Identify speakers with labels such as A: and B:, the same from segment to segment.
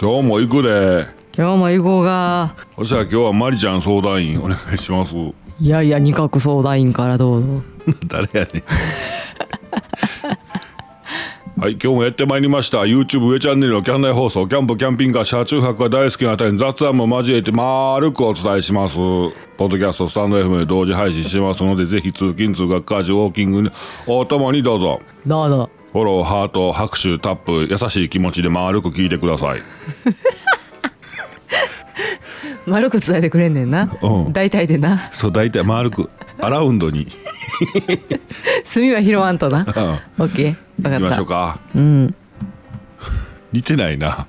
A: 今日も行くで
B: 今日も行こうが
A: そしたら今日はマリちゃん相談員お願いします
B: いやいや二角相談員からどうぞ
A: 誰やねん はい今日もやってまいりました YouTube 上チャンネルのキャン内放送キャンプキャンピングカー車中泊が大好きなあたりに雑談も交えて丸くお伝えしますポッドキャストスタンド FM で同時配信してますのでぜひ通勤通学家事ウォーキングのお供にどうぞ
B: どうぞ
A: フォローハート拍手タップ優しい気持ちで丸く聞いてください
B: 丸く伝えてくれんねんな、
A: うん
B: 大体でな
A: そう大体丸くアラウンドに
B: 墨は拾わん となオッケー
A: 行き
B: 分
A: ま
B: か
A: しょ
B: っ
A: うか、 似てないな
B: た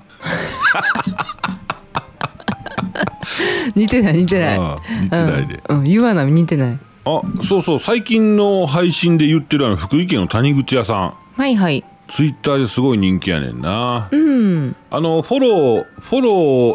B: 似てない似てない
A: ああ似てないで
B: うん、うん、言わな似てない
A: あそうそう最近の配信で言ってるあの福井県の谷口屋さん
B: はいはい
A: ツイッターですごい人気やねんな、
B: うん
A: あのフォローフォロ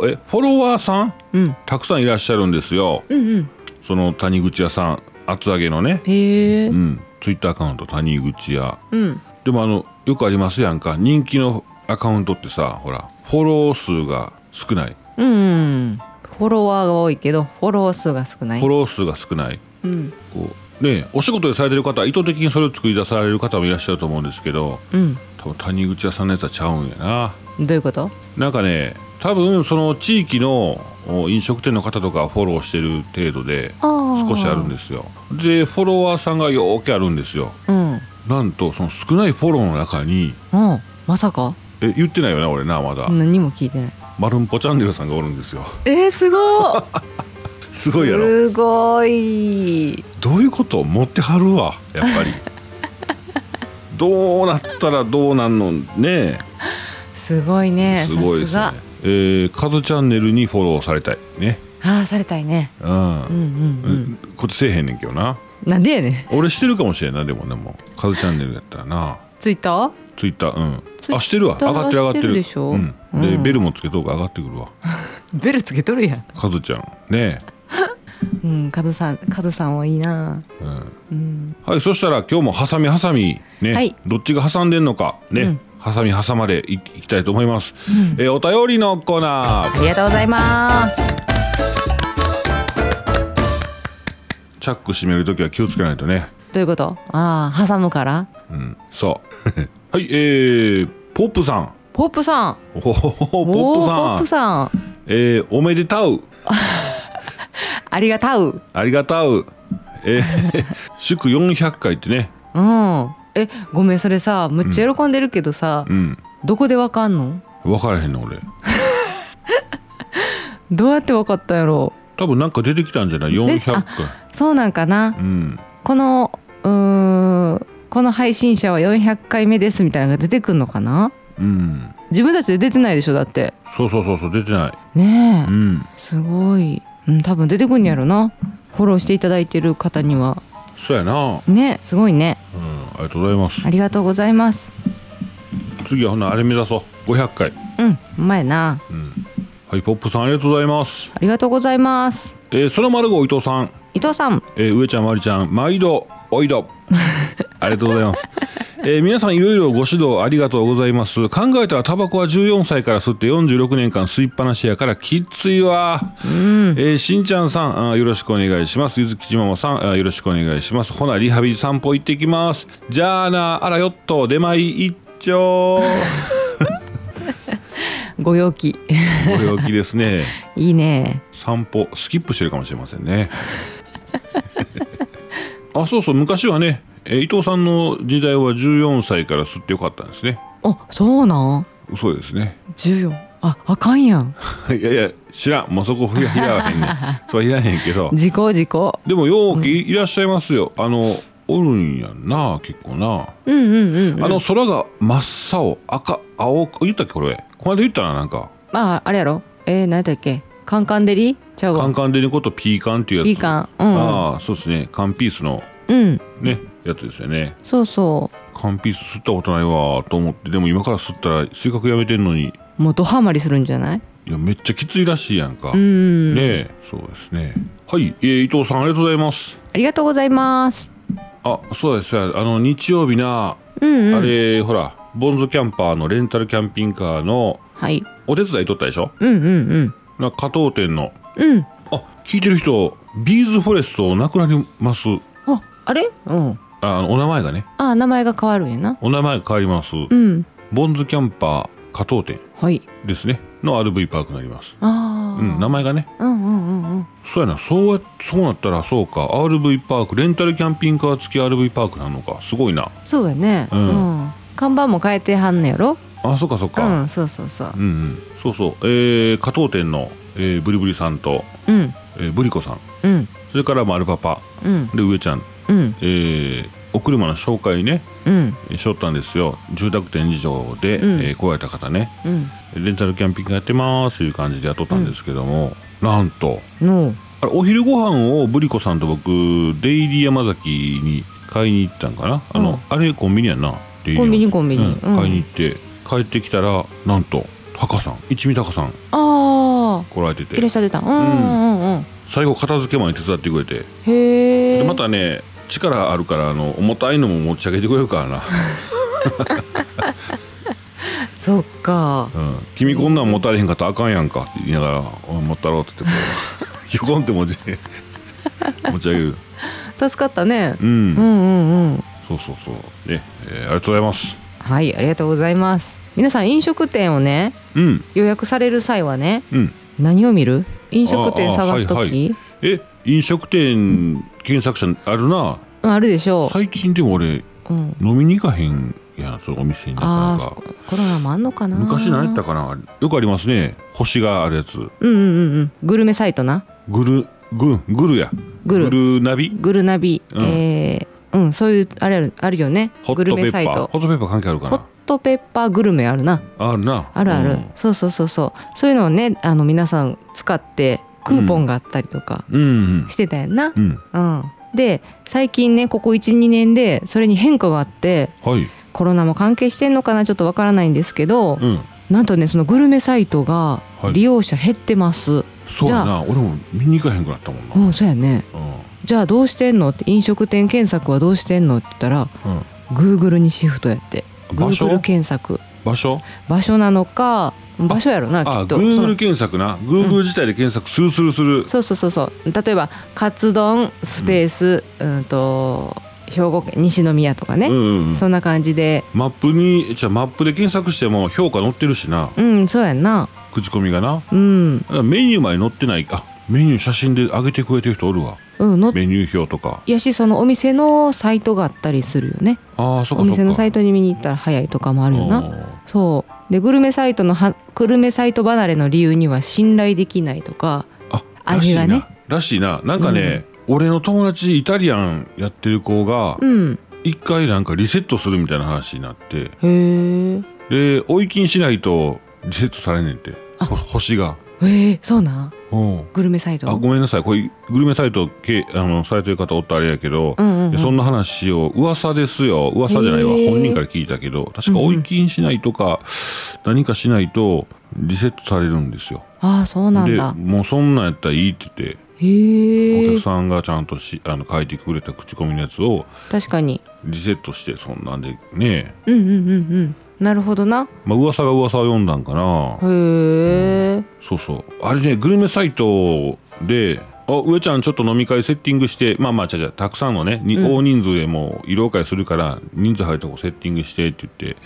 A: ーえフォロワーさん、
B: うん
A: たくさんいらっしゃるんですよ
B: うんうん
A: その谷口屋さん厚揚げのね
B: へえ
A: うんツイッターアカウント谷口屋
B: うん
A: でもあのよくありますやんか人気のアカウントってさほらフォロー数が少ない
B: うん、フォロワーが多いけどフォロワー数が少ない
A: フォロー数が少ない
B: うん
A: こうねお仕事でされてる方は意図的にそれを作り出される方もいらっしゃると思うんですけど
B: うん
A: 多分谷口屋さんのやつはちゃうんやな
B: どういうこと
A: なんかね多分その地域のお飲食店の方とかフォローしてる程度で
B: あ
A: 少しあるんですよでフォロワーさんがよーけあるんですよ
B: うんうん
A: なんとその少ないフォローの中に
B: まさか
A: え言ってないよな俺なまだ、
B: 何も聞いてない
A: まるんぽチャンネルさんがおるんですよ
B: えー、すごい
A: すごいやろ
B: すごい
A: どういうこと持ってはるわやっぱ りどうなったらどうなんのね
B: すごいね
A: すごいですね
B: さ
A: えー、カズチャンネルにフォローされたいね
B: すがあーされたいね
A: うん、
B: うんうんうん、
A: こっちせえへんねんけどな
B: なんでやねん
A: 俺してるかもしれんないでもねもうカズチャンネルやったらな
B: ツイッター
A: ツイッターうん
B: ツイッター
A: あしてるわ上がってる上がって
B: して
A: る
B: るでしょ
A: うん、で、
B: うん
A: ベルもつけとく上がってく るわ
B: ベルつけとるやん
A: カズちゃんね
B: うんカズさんカズさんはいいな
A: え、うん、
B: うん
A: はいそしたら今日もハサミハサミね、
B: はい
A: どっちが挟んでんのかね、
B: うん
A: ハサミハサまでいいきたいと思います、えーお便りのコーナ
B: あ
A: ー
B: りがとうございます
A: チャック閉めるときは気をつけないとね
B: どういうことああ挟むから
A: うんそう はいえー、ポップさん
B: ポップさん
A: おほほほポップ
B: お
A: さ
B: ー
A: ん
B: ポップさん
A: えー、おめでたう
B: ありがたう
A: ありがたう。えー、 祝400回ってね。
B: うんえごめんそれさむっちゃ喜んでるけどさ、
A: うん。
B: どこでわかんの
A: 分からへんの俺。
B: どうやってわかったんやろ
A: 多分なんか出てきたんじゃない ?400 回。
B: そうなんかな
A: うん。
B: このうーんこの配信者は400回目ですみたいなのが出てくんのかな
A: うん。
B: 自分たちで出てないでしょだって
A: そうそうそうそう、出てない。
B: ね
A: う
B: え、
A: ん。
B: すごい、うん、多分出てくんやろなフォローしていただいてる方には
A: そうやな。
B: ねすごいね
A: うん。ありがとうございます。
B: ありがとうございます
A: 次はほな、あれ目指そう。500回。
B: うんうまいな
A: うん。はい、ポップさんありがとうございます。
B: ありがとうございます
A: えー、その丸ご伊藤さん。
B: 伊藤さん
A: えー、上ちゃん、まりちゃん、毎度、おいど。ありがとうございます。えー皆さんいろいろご指導ありがとうございます。考えたらタバコは14歳から吸って46年間吸いっぱなしやからきっついわ。えーしんちゃんさんあーよろしくお願いします。ゆずきちままさんあーよろしくお願いします。ほなリハビリ散歩行ってきます。じゃあなあらよっと出前一丁。
B: ご陽気
A: これおきですね。
B: いいね
A: 散歩スキップしてるかもしれませんね あそうそう昔はねえー伊藤さんの時代は14歳から吸ってよかったんですね
B: あそうなん
A: そうですね
B: 14ああかんやん
A: いやいや知らんもうそこふやひらはへんねん それはいらへんけど
B: 自己自己
A: でもようきいらっしゃいますよ、あのおるんやんな結構な、
B: うんうんうん、
A: あの空が真っ青赤青言ったっけこれこの間言ったななんか
B: まああれやろえー、何やったっけカンカンデリちゃう
A: カ
B: わ
A: ンカンデリことピーカンっていうやつ
B: ピーカンうん
A: ああそうですねカンピースの
B: うん
A: ねやつですよね
B: そうそ
A: 缶ピース吸ったことないわと思ってでも今から吸ったら性格やめてんのに
B: うもうドハマりするんじゃない
A: いやめっちゃきついらしいやんか、
B: う
A: ね
B: ん、
A: えそうですねはい、えー伊藤さんありがとうございます
B: ありがとうございます
A: あそうですそうですあの日曜日な、
B: うんうん
A: あれほらボンズキャンパーのレンタルキャンピングカーの
B: はい
A: お手伝い取ったでしょ
B: うんうん
A: なんか加藤店の
B: うんうん
A: あ聞いてる人ビーズフォレストなくなります
B: ああれうん
A: ああのお名前がね
B: あ名前が変わるんやな
A: お名前が変わります、
B: うん
A: ボンズキャンパー加藤店
B: はい
A: ですねの RV パークになります
B: ああ
A: うん名前がね
B: うんうんうんうん
A: そうやなそうやそうなったらそうか RV パークレンタルキャンピングカー付き RV パークなのかすごいな
B: そうやね
A: う
B: うんん、看板も変えてはんのやろ
A: あそうかそう
B: う
A: か、
B: んそうそうそう
A: うんうん、そうそう、えー、加藤店の、えーブリブリさんと、
B: うん
A: えーブリコさん
B: うん
A: それからまあアルパパ
B: うん
A: で上ちゃん、
B: うん
A: えーお車の紹介ね
B: うん
A: えーしょったんですよ住宅展示場で、
B: うん
A: えー来られた方ね
B: うん
A: レンタルキャンピングやってますという感じで雇ったんですけども、なんと
B: の
A: あれお昼ご飯をブリコさんと僕デイリー山崎に買いに行ったんかなあの、
B: うん
A: あれコンビニやんなデイリー
B: コンビニコンビニ
A: うん
B: うん
A: 買いに行って帰ってきたらなんとタカさん一味タカさん
B: ああ
A: 来られてて
B: いらっしゃってたうんうんうんうん
A: 最後片付けまで手伝ってくれて、
B: へえ
A: でまたね力あるからあの重たいのも持ち上げてくれるからな、
B: そっか
A: うん、君こんなん持たれへんかったらあかんやんかって言いながら「おい持ったろ」って言ってこう 横んって 持ち持ち上げる
B: 助かったね
A: う
B: うん
A: ん
B: うんうん
A: そうそうそうね、えーありがとうございます
B: はいありがとうございます皆さん飲食店をね
A: うん
B: 予約される際はね
A: うん
B: 何を見る飲食店探す
A: ああはい
B: 時
A: え飲食店検索者あるな
B: うんあるでしょ
A: 最近でも俺
B: ううん
A: 飲みに行かへんやんそのお店にな
B: ああ
A: か
B: そ
A: なか
B: っかコロナもあんのかな
A: 昔何やったかなよくありますね星があるやつ
B: うんうんうんうんグルメサイトな
A: グルグルグルや
B: グル
A: ナビ
B: グルナビ、
A: うん
B: えーうんそういうあれあるあるよね
A: ホッ
B: グル
A: トペ
B: メ
A: ッパ
B: サイ
A: ー
B: ト
A: ホットペッパー関係あるか
B: ホッ
A: な
B: トペッパーグルメあるな
A: あるな
B: あるある、
A: うん
B: そうそうそうそうそういうのをねあの皆さん使ってクーポンがあったりとか
A: うん
B: してたやんな
A: うん、うん、
B: うん、で最近ねここ12年でそれに変化があって
A: はい
B: コロナも関係してんのかなちょっとわからないんですけど、
A: うん
B: なんとねそのグルメサイトが
A: はい
B: 利用者減ってます、
A: そうやな俺も見に行かへんくなったもんな
B: うんそうやね
A: う
B: じゃあどうしてんのって飲食店検索はどうしてんのって言ったら
A: ん、うん、
B: Google にシフトやって
A: 場所
B: Google 検索
A: 場所
B: 場所なのか場所やろなき
A: あ
B: っ
A: グ
B: と
A: ー
B: そ
A: グル
B: の
A: 検索なグーグル自体で検索するするする
B: そうそうそうそう例えばカツ丼スペース、うん、と兵庫県西宮とかね、
A: うんうんうん
B: そんな感じで
A: マップにじゃあマップで検索しても評価載ってるしな
B: うんそうやんな
A: 口コミがな
B: うん、
A: だからメニューまで載ってないあメニュー写真で上げてくれてる人おるわ
B: うん、の
A: メニュー表とか
B: やしそのお店のサイトがあったりするよね
A: ああそっかそっ
B: お
A: か
B: 店のサイトに見に行ったら早いとかもあるよな
A: な
B: そうでグルメサイトのはグルメサイト離れの理由には信頼できないとか
A: あ
B: 味がね
A: らしいならしいななんかね、俺の友達イタリアンやってる子が
B: うん
A: 一回なんかリセットするみたいな話になって
B: へえ
A: で追い金しないとリセットされねんて
B: あ
A: ほ星が
B: えー、そうなん
A: うん
B: グルメサイト
A: あごめんなさいこれグルメサイトけあのされてる方おったらあれやけど、
B: うんうんうん
A: でそんな話を噂ですよ噂じゃないわ
B: へー
A: 本人から聞いたけど確か追い金しないとか、何かしないとリセットされるんですよ
B: ああそうなん
A: で
B: だ
A: もうそんなんやったらいいって言ってお
B: へえ
A: 客さんがちゃんとしあの書いてくれた口コミのやつを
B: 確かに
A: リセットしてそんなんでね
B: うんうんうんうんなるほどな
A: まあ噂が噂を読んだんかな
B: へえ
A: そうそうあれねグルメサイトで「あ上ちゃんちょっと飲み会セッティングしてまあまあちゃちゃたくさんのね、に
B: うん
A: 大人数でもう慰労会するから人数入るとこセッティングして」って言って、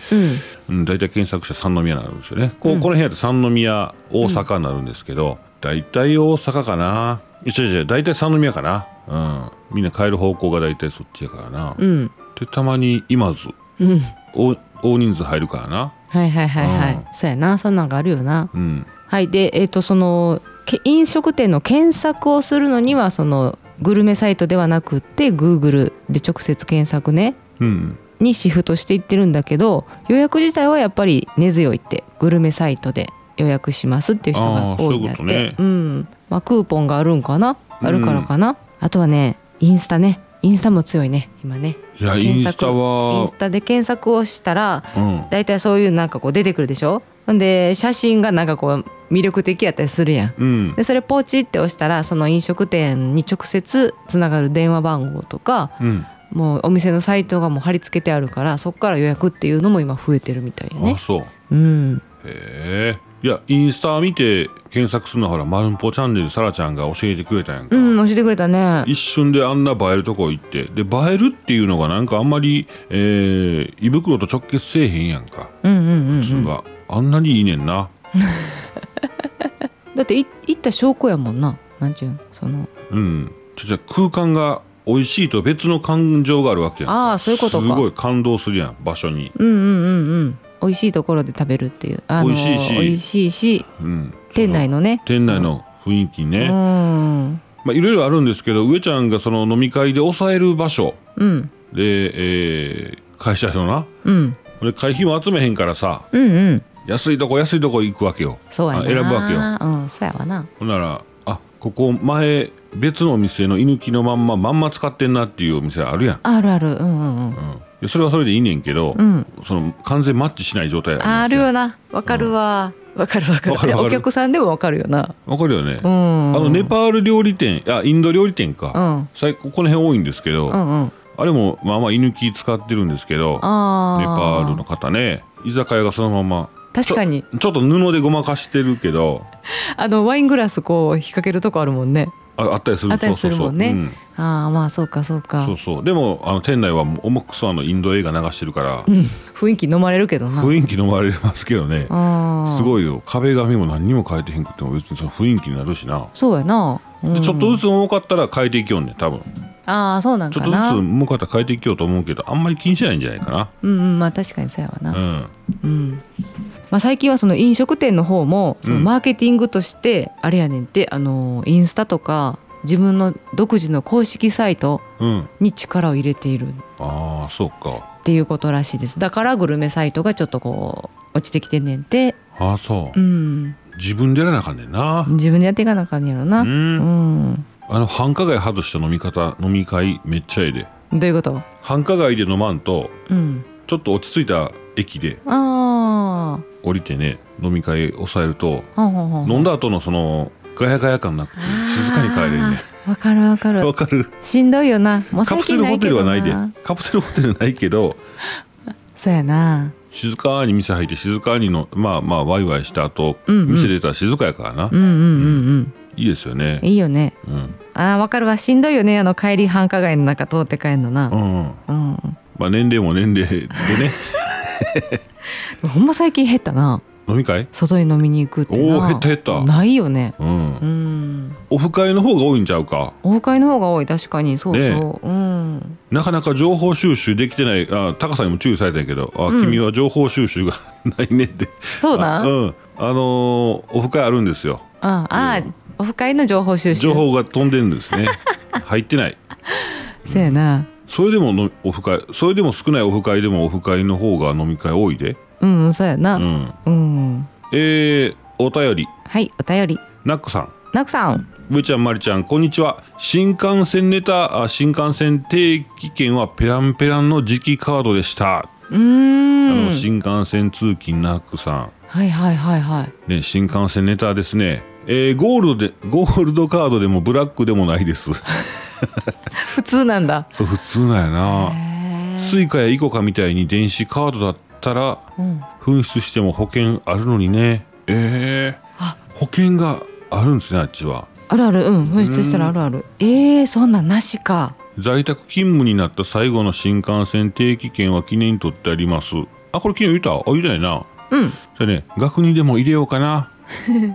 B: うん
A: うん、大体検索して三宮になるんですよねこう、
B: うん
A: この部屋で三宮大阪になるんですけど、大体大阪かな違う違う大体三宮かなうんみんな帰る方向が大体そっちやからな、
B: うん
A: でたまに今津
B: うん
A: 大大人数入るからな
B: はいはいはいは
A: うん
B: いそうやなそんなんがあるよな
A: うん
B: はいでえっ、とそのけ飲食店の検索をするのにはそのグルメサイトではなくって Google で直接検索ね
A: うん
B: にシフトしていってるんだけど予約自体はやっぱり根強いってグルメサイトで予約しますっていう人
A: あ
B: が
A: ー
B: 多いんだっ
A: そういう
B: て
A: こと
B: うんまあ、クーポンがあるんかな
A: うん
B: あるからかな、あとはねインスタねインスタも強いね今ね
A: いやイ
B: 検
A: ンス
B: 索
A: タ
B: イン
A: は
B: スタで検索をしたら
A: うん
B: 大体そういうなんかこう出てくるでしょほんで写真がなんかこう魅力的やったりするやん
A: うん
B: でそれポチって押したらその飲食店に直接つながる電話番号とか
A: うん
B: もうお店のサイトがもう貼り付けてあるからそこから予約っていうのも今増えてるみたいや
A: あ
B: ね
A: そう
B: うん
A: へえいやインスタ見て検索するのはほらまるんぽチャンネルさらちゃんが教えてくれたやんか、
B: うん教えてくれたね
A: 一瞬であんな映えるとこ行ってで映えるっていうのがなんかあんまり、えー胃袋と直結せえへんやんか
B: うんうんうん、う
A: 普通
B: ん、
A: は、あんなにいいねんな
B: だってい行った証拠やもんななんちゅうんその
A: うんちょじゃあ空間が美味しいと別の感情があるわけやん
B: ああそういうことか
A: すごい感動するやん場所に
B: うんうんうんうん美味しいところで食べるっていうあの
A: 美味しいし
B: 美味しいし
A: うん
B: 店内のね
A: 店内の雰囲気
B: う
A: ね、
B: ん
A: まあいろいろあるんですけど上ちゃんがその飲み会で抑える場所
B: うん
A: で、えー会社のな
B: うん
A: 俺会費も集めへんからさ
B: うんうん
A: 安いとこ安いとこ行くわけよ
B: そうやな
A: あ選ぶわけよ
B: うんそうやわな
A: ほんならあここ前別のお店の居抜きのまんままんま使ってんなっていうお店あるやん、
B: あるあるうんうんう
A: う
B: ん
A: んで、それはそれでいいねんけど、
B: うん
A: その完全マッチしない状態
B: ある
A: わ
B: よなわかるわわかるわかる
A: わかるわかる
B: お客さんでもわかるよな
A: わかるよね、
B: うん
A: あのネパール料理店あインド料理店か、
B: うん
A: 最ここの辺多いんですけど、
B: うんうん
A: あれもまあまあ居抜き使ってるんですけど
B: あ
A: ネパールの
B: の
A: 方ね居酒屋がそのまま
B: 確かに
A: ちょっと布でごまかしてるけど
B: あのワイングラスこう引っ掛けるとこあるもんね
A: ああったりする
B: あったりするもんね
A: そうそうそううん
B: ああまあそうかそうか
A: そうそうでもあの店内はもう重くそあのインド映画流してるから、
B: うん雰囲気飲まれるけどな
A: 雰囲気飲まれますけどね
B: あ
A: す
B: い
A: ごいよ壁紙も何にも変えてへんくても別にその雰囲気になるしな、
B: そうやな、うん
A: でちょっとずつ重かったら変えていきよんね多分
B: ああそうなん
A: ちょ
B: か
A: っとず
B: な
A: つ重かったら変えていきようと思うけどあんまり気にしないんじゃないか
B: うんうんまあ確かにそうやわ
A: な
B: な、
A: うん
B: うんまあ、最近はその飲食店の方もその
A: うん
B: マーケティングとしてあれやねんって、あのインスタとか自分の独自の公式サイト
A: うん
B: に力を入れているっ
A: ああそうか
B: ていうことらしいですだからグルメサイトがちょっとこう落ちてきてんねんて、
A: ああそう
B: う、ん、
A: 自分でやらなあかんねんな
B: 自分でやっていかなあかんやろ
A: う
B: な、うんん、
A: あの繁華街外した飲み方飲み会めっちゃええで
B: どういうこと、
A: 繁華街で飲まんと
B: うん、
A: ちょっと落ち着いた駅で
B: あ
A: 降りてね飲み会抑えると
B: あほんほんほん
A: 飲んだ後のそのガヤガヤ感なくて静かに帰れんね
B: あーわかるわかる
A: わかる
B: しんどいよなもう
A: カ
B: 最
A: プセ
B: 近
A: ル
B: な
A: ホ
B: い
A: テ
B: け
A: ル
B: ど
A: は
B: な
A: ないでカプセルホテルないけど
B: そうやな
A: 静かに店入って静かにのまあまあワイワイした後、
B: うんうん
A: 店出たら静かやからな、
B: うんうんうん
A: いいですよね
B: うんいいよね
A: うん
B: あーわかるわしんどいよねあの帰り繁華街の中通って帰るの
A: う
B: な、
A: ん
B: うん
A: まあ年齢も年齢でね
B: ほんま最近減ったな
A: 飲み会
B: 外に飲みに行くってな
A: おー減った減った
B: ないよね
A: うん、
B: うん
A: オフ会の方が多いんちゃうか
B: オフ会の方が多い確かにそうそう、うん
A: なかなか情報収集できてないあ高さんにも注意されたんやけどあ、
B: うん
A: 君は情報収集が ないねって
B: そうなん
A: あ
B: あ、
A: うんあのーオフ会あるんですよ
B: あー、オフ会の情報収集
A: 情報が飛んでるんですね 入ってない
B: そうやな
A: それでものオフ会それでも少ないオフ会でもオフ会の方が飲み会多いで
B: うんうんそうや
A: う
B: な、
A: ん
B: うん、
A: えー、お便り
B: はいお便り
A: ナックさん
B: なくさん
A: 上ちゃんまりちゃんこんにちは新幹線ネタあ新幹線定期券はペランペランの時期カードでした、
B: うー
A: あの
B: ん
A: 新幹線通勤ナックさ
B: はいはいはいはい
A: ん、ね、新幹線ネタですねえーゴールドでゴールドカードでもブラックでもないです
B: 普通なんだ
A: そう普通なんやな
B: へー
A: スイカやイコカみたいに電子カードだったら
B: うん、
A: 紛失しても保険あるのにねえ
B: あ
A: ー、保険があるんですねあっちは
B: あるあるうん紛失したらあるあるえー、そんなんなしか
A: 在宅勤務になった最後の新幹線定期券は記念に取ってありますあこれ昨日言ったあ言ったよな
B: うん
A: それね額にでも入れようか な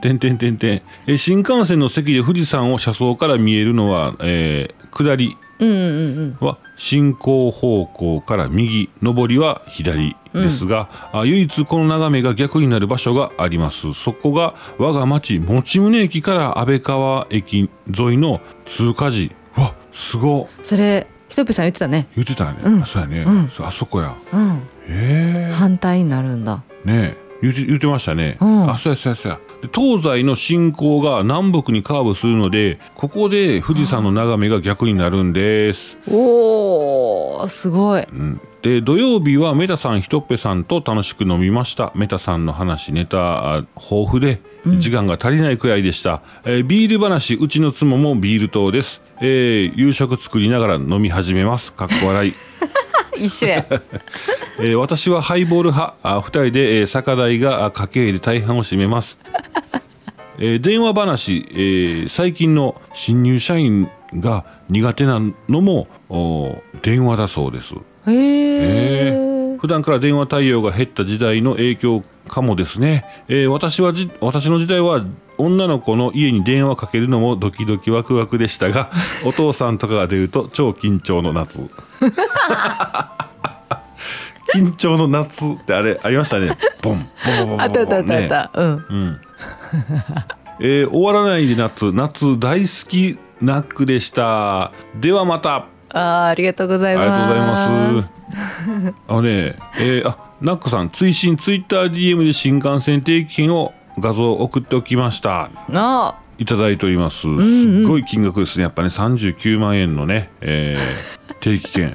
A: てんてんてんてんえ新幹線の席で富士山を車窓から見えるのは、えー下り
B: うんうんうん
A: は進行方向から右上りは左ですが、あ唯一この眺めが逆になる場所がありますそこが我が町用宗駅から安倍川駅沿いの通過時うわすごっ
B: それひとぺさん言ってたね
A: 言ってたね、
B: うん
A: あそうやね、
B: うん
A: そうあそこや
B: うん
A: ええ
B: 反対になるんだ
A: ねえ言って言ってましたね、
B: うん
A: あそうやそうやそうやで東西の進行が南北にカーブするのでここで富士山の眺めが逆になるんです、
B: おーすごい
A: うん、で土曜日はメタさんひとっぺさんと楽しく飲みましたメタさんの話ネタあ豊富で時間が足りないくらいでした、えービール話うちの妻もビール党ですえー夕食作りながら飲み始めますかっこ笑い、
B: 一緒 や
A: えー私はハイボール派あ2人で、えー酒代があ家計で大半を占めます、 えー電話話、えー最近の新入社員が苦手なのもお電話だそうですえ
B: へえ
A: ー普段から電話対応が減った時代の影響かもですね、えー私はじ私の時代は女の子の家に電話かけるのもドキドキワクワクでした がお父さんとかが出ると超緊張の夏緊張の夏ってあれありましたねボンボンボンボンボン
B: あったあったあったあっ
A: ね
B: た、うん
A: うん、えー終わらないで夏夏大好きナックでしたではまた
B: あーありがとうござい
A: あ
B: ま
A: り
B: す
A: がとうございます。あのね、えーあ、ナックさん、追伸ツイッター DM で新幹線定期券を画像送っておきました。
B: あ
A: いただいております。す
B: んうん
A: っごい金額ですね。やっぱね、三十九万円のね、え ー定期券。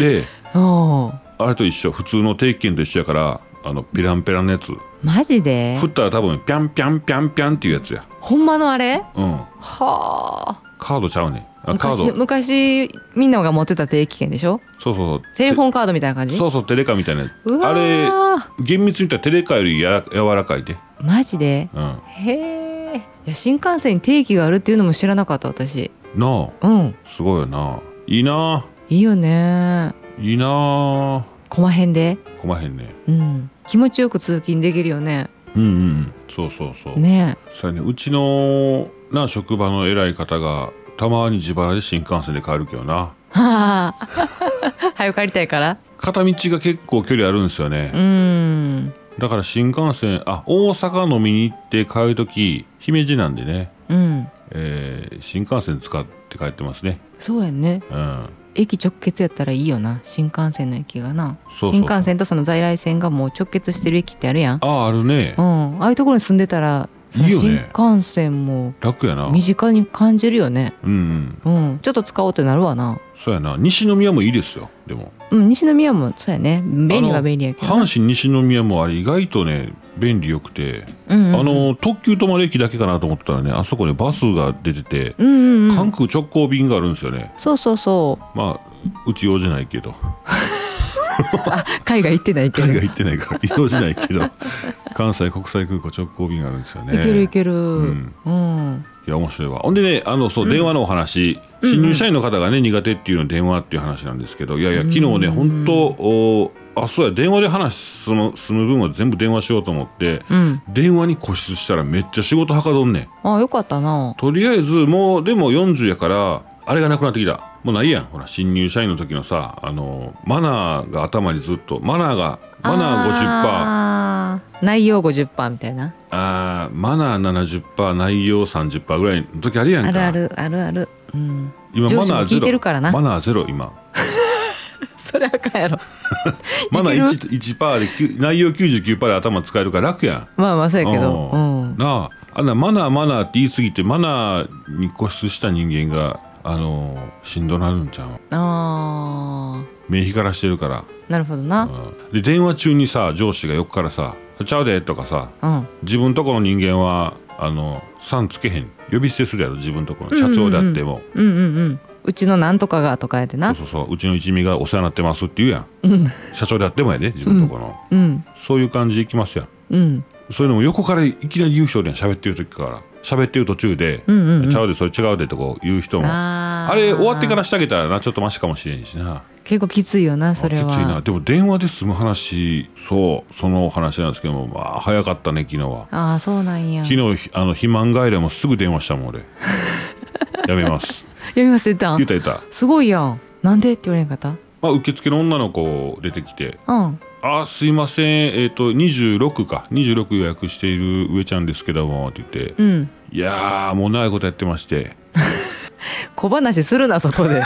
A: で、
B: ーおー
A: あれと一緒、普通の定期券と一緒やから、あのペランペランのやつ。
B: マジで
A: 振ったら多分ピャンピャンピャンピャンっていうやつや。
B: ほんまのあれ
A: うん。
B: はあ
A: カードちゃうね。あ、カー
B: 昔
A: ド。
B: の昔みんなが持ってた定期券でしょ
A: そうそうそう。
B: テレフォンカードみたいな感じ
A: そうそうテレカみたいなやつ。
B: うわ
A: あれ
B: ー
A: 厳密に言ったらテレカよりや柔らかいで。
B: マジで
A: うん。な
B: へえいや新幹線に定期があるっていうのも知らなかった私
A: あ。
B: うん
A: すごいよな。いいな。
B: いいよね
A: いいな。
B: こまへんで
A: こまへんね。
B: うん気持ちよく通勤できるよね
A: うんうんうん。そうそうそう。
B: ね
A: それね、うちのな職場の偉い方がたまに自腹で新幹線で帰るけどな。
B: はあ 早く帰りたいから
A: 片道が結構距離あるんですよね
B: う。ん
A: だから新幹線、あ、大阪飲みに行って帰るとき、姫路なんでね、
B: うん
A: えー新幹線使って帰ってますね。
B: そうやんね
A: うん。
B: 駅直結やったらいいよな新幹線の駅がな
A: そうそう
B: 新幹線とその在来線がもう直結してる駅ってあるやん
A: ああ、あるね
B: う。んああいうところに住んでたらその
A: いいよ
B: 新
A: ね
B: 幹線も
A: 楽やな。うん
B: 身近に感じるよね
A: うん。
B: うんちょっと使おうってなるわな
A: そうやな。西宮もいいですよ。でも。
B: うん西宮もそうやね便利は便利やけどな
A: 阪神西宮もあれ意外とね便利よくて、
B: うんうん
A: あの特急止まる駅だけかなと思ったらねあそこねバスが出てて、
B: うんうんうん
A: 関空直行便があるんですよね
B: そうそうそう
A: まあうち用じゃないけど
B: 海外行ってないけど
A: 海外行ってないから 用じゃないけど関西国際空港直行便があるんですよね
B: いけるいけるうん
A: ん、いや面白いわほんでねあのそう、電話のお話
B: うん
A: 新入社員の方がね苦手っていうのは電話っていう話なんですけどいやいや昨日ね
B: うん
A: 本当おあそうや電話で話すその済む分は全部電話しようと思って
B: うん、
A: 電話に固執したらめっちゃ仕事はかどんねん
B: あよかったな
A: とりあえずもうでも40やからあれがなくなってきたもうないやんほら新入社員の時のさあのマナーが頭にずっとマナーがマナー50%
B: ナー50%内容50%みたいな
A: あーマナー70%内容30%ぐらいの時あるやんか
B: あるあるあるあるうん
A: 今
B: 上
A: マ
B: 司も
A: ナー
B: 聞いてるからな
A: ゼロマナーゼロ今
B: それあかんやろ
A: マナー
B: い
A: 1%, 1できゅ内容99%で頭使えるから楽やん
B: まあまあそうやけどう
A: うん
B: ん
A: なああんなマナーマナーって言い過ぎてマナーに固執した人間があのしんどなるんちゃう
B: あ
A: 目光らしてるから
B: ーなるほどな
A: で電話中にさ上司が横からさ「ちゃうで」とかさ
B: うん
A: 自分とこの人間はあの「さん」つけへん呼び捨てするやろ自分とこの社長であっても、
B: うんうんうんうちのなんとかがとかやでな
A: そうそうそううちの一味がお世話になってますって言うやん、社長であってもやで自分とこの、
B: うん
A: そういう感じでいきますやん
B: うんそう
A: そういうのも横からいきなり言う人おるやん喋ってる時から喋ってる途中で「
B: うんうんうん
A: ちゃうでそれ違うで」とか言う人もあ
B: あー
A: れ終わってからしてあげたらなちょっとマシかもしれんしな。
B: 結構きついよなそれは
A: きついなでも電話で済む話そうそのお話なんですけどもまあ早かったね昨日は
B: ああそうなんや
A: 昨
B: や
A: 日ひあの肥満外来もすぐ電話したもん俺 やめます
B: めます言った
A: 言うんた言った、
B: すごいやんなんでって言われんかった
A: まあ、受付の女の子出てきて
B: うん
A: 「あすいませんえっ、と26か26予約している上ちゃんですけども」って言って
B: うん
A: 「いやーもう長いことやってまして
B: 小話するなそ こで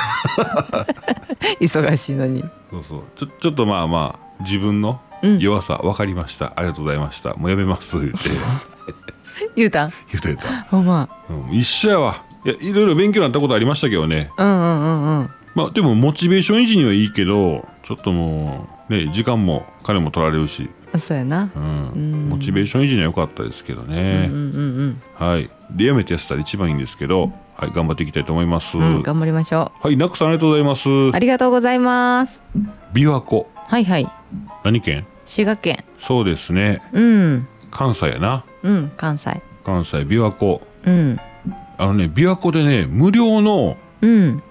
B: 忙しいのに
A: そうそうちょちょっとまあまあ自分の
B: うん
A: 弱さ分かりました、ありがとうございましたもうやめます」って言って
B: 言うたん
A: 言うた言うた
B: ほんま
A: うん、一緒やわいやいろいろ勉強になったことありましたけどね
B: うんうんうんうん
A: まあでもモチベーション維持にはいいけどちょっともうね時間も金も取られるし、
B: あそうやな
A: うん
B: うん
A: モチベーション維持には良かったですけど
B: うんう
A: ね、
B: んうん
A: はいでやめてやってたら一番いいんですけど、はい、頑張っていきたいと思います。
B: うん、頑張りましょ
A: はい、ナックさんありがとうございます。
B: うありがとうございます
A: 琵琶湖、
B: はいはい
A: 何県？
B: 滋賀県
A: そうですね、
B: うん
A: 関西やな。
B: うん関西
A: 関西琵琶湖、
B: うん
A: あのね琵琶湖でね無料の
B: うん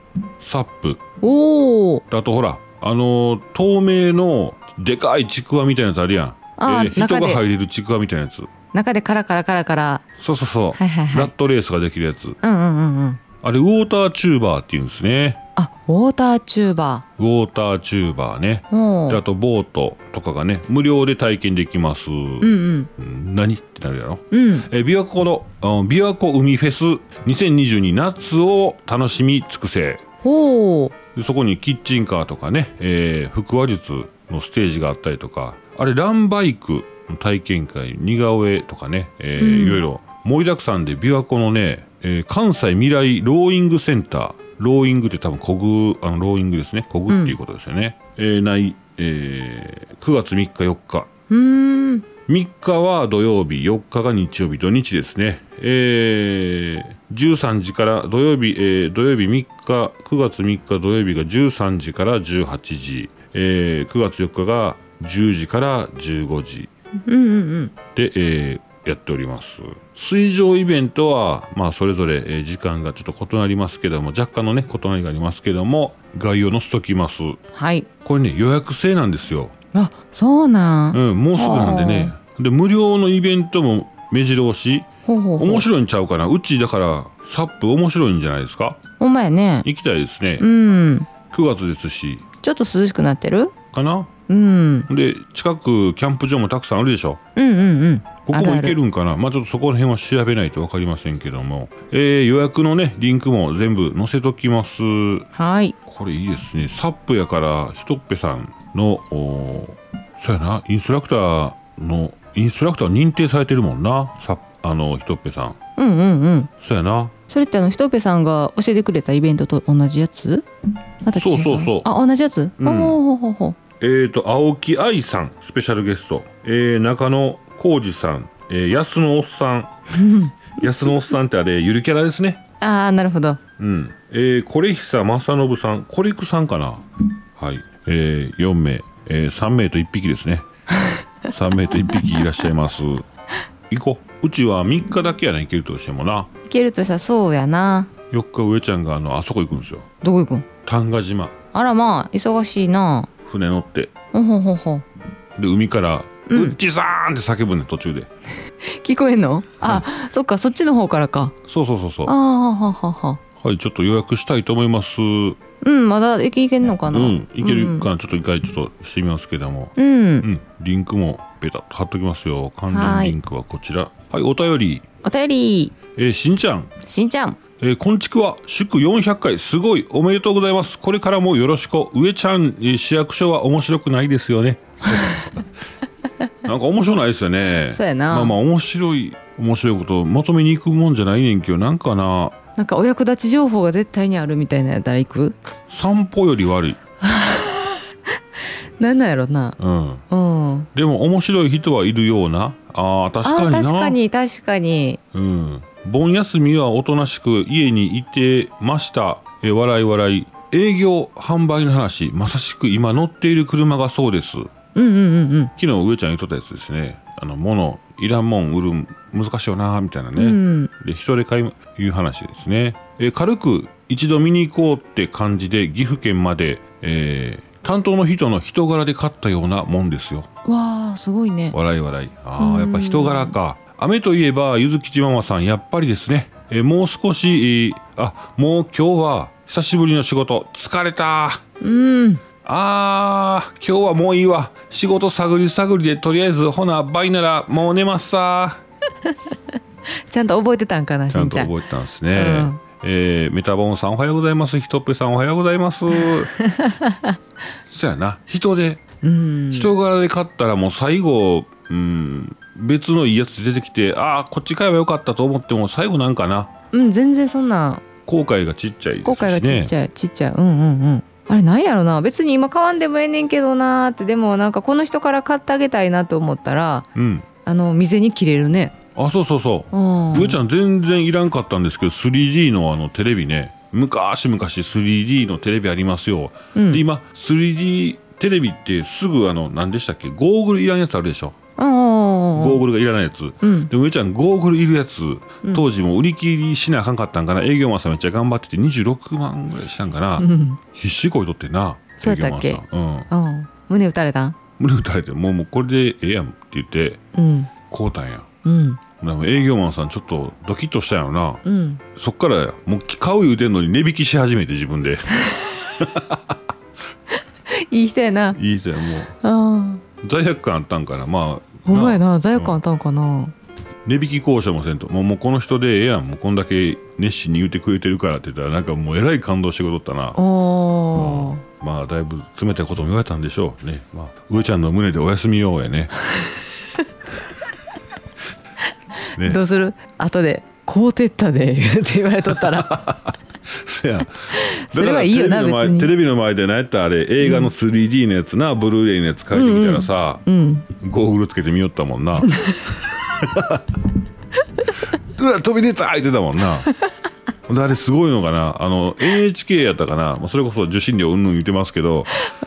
A: サップ、
B: おお
A: あとほらあのー透明のでかいちくわみたいなやつあるやん。
B: あー
A: えー人
B: 中
A: が
B: で
A: 入れるちくわみたいなやつ。
B: 中でカラカラカラカラ
A: そうそうそう、
B: はいはいはい
A: ラットレースができるやつ。
B: うんうんうんうん
A: あれウォーターチューバーっていうんですね。
B: あウォーターチューバ
A: ウォーターチューバーね。
B: ーお
A: であ
B: ー
A: とボートとかがね無料で体験できます、
B: うんうん
A: うん何ってなるやろ
B: うん
A: えー琵琶湖のあの琵琶湖海フェス2022夏を楽しみ尽くせ
B: おお
A: でそこにキッチンカーとかね、えー、腹話術のステージがあったりとかあれランバイクの体験会似顔絵とかね、えー
B: うん
A: いろいろ盛りだくさんで琵琶湖のね、えー関西未来ローイングセンターローイングって多分コグあのローイングですねコグっていうことですよね、えーない、えー9月3日4日
B: うーん
A: 3日は土曜日4日が日曜日土日ですね、えー、13時から土曜日、えー土曜日3日9月3日土曜日が13時から18時、えー9月4日が10時から15時
B: うんうんうん
A: で、えーやっております水上イベントは、まあ、それぞれ、えー時間がちょっと異なりますけども若干のね異なりがありますけども概要載せときます
B: はい
A: これね予約制なんですよ
B: あそうなん、
A: うん、もうすぐなんでねで無料のイベントも目白押し
B: ほうほうほう
A: 面白いんちゃうかなうちだからサップ面白いんじゃないですか
B: ほんまやね
A: 行きたいですね
B: うん
A: 9月ですし
B: ちょっと涼しくなってる
A: かな
B: うん
A: で近くキャンプ場もたくさんあるでしょ
B: うんうんうん
A: ここ
B: ある
A: も
B: あ
A: 行
B: る
A: けるんかなまあちょっとそこら辺は調べないと分かりませんけども、えー予約のねリンクも全部載せときます
B: はい
A: これいいですねサップやからひとっぺさんのおーそうやなインストラクターのインストラクター認定されてるもんなサッあのひとっぺさん
B: うんうんうん
A: そうやな
B: それってあのひとぺさんが教えてくれたイベントと同じやつまた違
A: そうそうそう
B: あ同じやつ、
A: うん
B: ほうほうほうほう
A: えー、と青木愛さんスペシャルゲスト、えー、中野浩二さん、えー、安野おっさん安野おっさんってあれゆるキャラですね
B: ああなるほど
A: うん、えー、これひさ正信さん、これくさんかな。はい、えー、4名、えー、3名と1匹です ね。3名と1匹いらっしゃいます。行こう。うちは3日だけやな、行けるとしてもな。
B: いけるとしたらそうやな
A: 4日、上ちゃんがあの、あそこ行くんですよ。
B: どこ行くん
A: 丹賀島、
B: あらまあ忙しいな
A: 船乗って。
B: ほうほうほうほう
A: で、海から、
B: うん
A: うっちさーんって叫ぶね、途中で。
B: 聞こえんのあ、そっかそっちの方からか
A: そうそうそうそう
B: あ。あははは
A: はい、ちょっと予約したいと思います。うん、
B: うんまだ駅行けんのかな
A: 行けるかな、ちょっと一回ちょっとしてみますけども。
B: うん、うん
A: うん、リンクもペタッと貼っときますよ。関連リンクはこちら。はい、お便り。
B: お便り
A: えーしんちゃん。
B: しんちゃん
A: えー、こんちくは祝400回すごいおめでとうございますこれからもよろしく上ちゃん、えー市役所は面白くないですよ ねなんか面白ないですよね
B: そうやな
A: まあまあ面白い面白いことまとめに行くもんじゃないねんけどなんかな
B: なんかお役立ち情報が絶対にあるみたいなやったら行く
A: 散歩より悪い
B: なんなんやろな
A: うん
B: うん
A: でも面白い人はいるようなあー確か
B: あ
A: にな
B: 確かに確かに
A: うん、盆休みはおとなしく家にいてましたえ笑い笑い営業販売の話まさしく今乗っている車がそうです
B: うんうんうんうん
A: 昨日上ちゃん言っとったやつですねあの物いらんもん売るん難しいよなみたいなね、
B: うん
A: で人で買いいう話ですねえ軽く一度見に行こうって感じで岐阜県まで、えー担当の人の人柄で買ったようなもんですよ
B: わあすごいね
A: 笑い笑いああやっぱ人柄か雨といえばゆずきちママさんやっぱりですねえーもう少し、えーあもう今日は久しぶりの仕事疲れた
B: うん
A: あー今日はもういいわ仕事探り探りでとりあえずほなバイならもう寝ますさ
B: ちゃんと覚えてたんかな
A: ち
B: し
A: ゃ
B: ん
A: ん
B: ち
A: と
B: ゃん
A: 覚えてたんですね、
B: うん
A: えーメタボンさんおはようございますひとっぺさんおはようございます そやな人で
B: うん
A: 人柄で勝ったらもう最後、うん、別のいいやつ出てきてああこっち買えばよかったと思っても最後なんかな
B: うん全然そんな
A: 後悔がちっちゃいですしね
B: 後悔がちっちゃいちっちゃいうんうんうんあれなんやろな別に今買わんでもええねんけどなーってでもなんかこの人から買ってあげたいなと思ったら
A: うん
B: あの店に切れるね
A: あそうそうそう、
B: うん
A: 上ちゃん全然いらんかったんですけど 3D のあのテレビね昔々 3D のテレビありますよ、
B: うん
A: で今 3D テレビってすぐあの何でしたっけゴーグルいらんやつあるでしょ
B: うん
A: ゴーグルがいらないやつ、
B: うん
A: で上ちゃんゴーグルいるやつ当時もう売り切りしなあかんかったんかな、営業マンさんめっちゃ頑張ってて26万ぐらいしたんかな、
B: うん
A: 必死こいとってな
B: そうやったっ
A: 営業
B: け
A: マンさんうん
B: うん胸打たれたん
A: 胸打たれてもうもうこれでええやんって言って
B: うん
A: こうたんや
B: うん
A: でも営業マンさんちょっとドキッとしたんやろな
B: うん
A: そっからもう買う言うてんのに値引きし始めて自分 で
B: いい人やな
A: いいぜも
B: うん
A: う罪悪感あったんかなまあ
B: ほんまや
A: な
B: な罪悪感あったんかな
A: 値引き交渉もせんともうもうこの人でええやんもうこんだけ熱心に言うてくれてるからって言ったらなんかもうえらい感動してくれとったな
B: おー
A: まあだいぶ冷たいことも言われたんでしょうねまあ上ちゃんの胸でお休みようやねね
B: どうする後で「こうてったで」って言われとった ら
A: そ や
B: それはいいよな
A: だから
B: 別に
A: テレビの前テレビの前で何やったらあれ映画の 3D のやつな、ブルーレイのやつ書いてみたらさ、
B: うん
A: ゴーグルつけてみよったもん なうわ飛び出た言ってたもんなであれすごいのかなあの NHK やったかなまあそれこそ受信料うんぬん言ってますけど、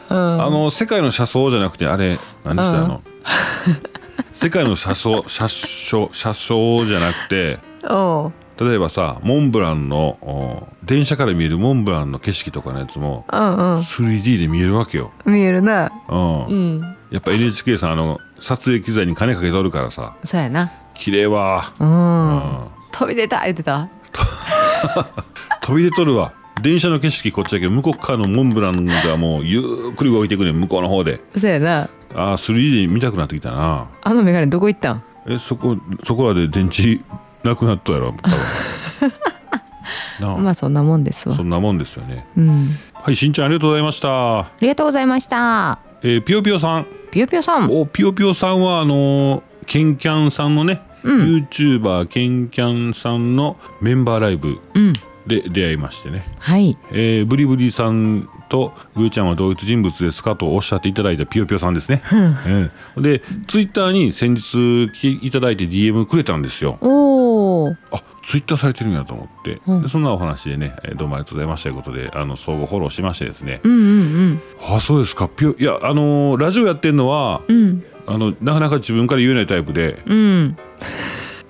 A: あの世界の車窓じゃなくてあれ何でした
B: うん
A: あの世界の車窓車窓車窓じゃなくて
B: おう
A: 例えばさモンブランのお電車から見えるモンブランの景色とかのやつも
B: うんうん
A: 3D で見えるわけよ、
B: 見えるな
A: うん
B: うん
A: やっぱ NHK さんあの撮影機材に金かけとるからさ
B: そうやな
A: 綺麗わ
B: うん
A: うん
B: 飛び出た言ってた
A: 飛び出とるわ電車の景色こっちだけど向こう側のモンブランがもうゆっくり動いてくねん向こうの方で
B: そうやな
A: ああ 3D 見たくなってきたな
B: あの眼鏡どこ行ったん
A: えそこそこらで電池なくなったやろ 多分なあ、
B: まあそんなもんですわ
A: そんなもんですよね
B: うん
A: はいしんちゃんありがとうございました
B: ありがとうございました
A: えー、ぴよぴよさん
B: ぴよぴよさん
A: おぴよぴよさんはあのーケンキャンさんのね、YouTuber ケンキャンさんのメンバーライブ
B: うん
A: で出会いましてね
B: はい
A: えーブリブリさんとグーちゃんは同一人物ですかとおっしゃっていただいたぴよぴよさんですね。うん、でツイッターに先日来ていただいて DM くれたんですよ。
B: おお
A: あツイッターされてるんやと思って、
B: うん
A: でそんなお話でね、えーどうもありがとうございましたということであの相互フォローしましてですね、
B: うんうん
A: あそうですかぴよいやあのーラジオやってんのは
B: うんうん
A: あのなかなか自分から言えないタイプで
B: うん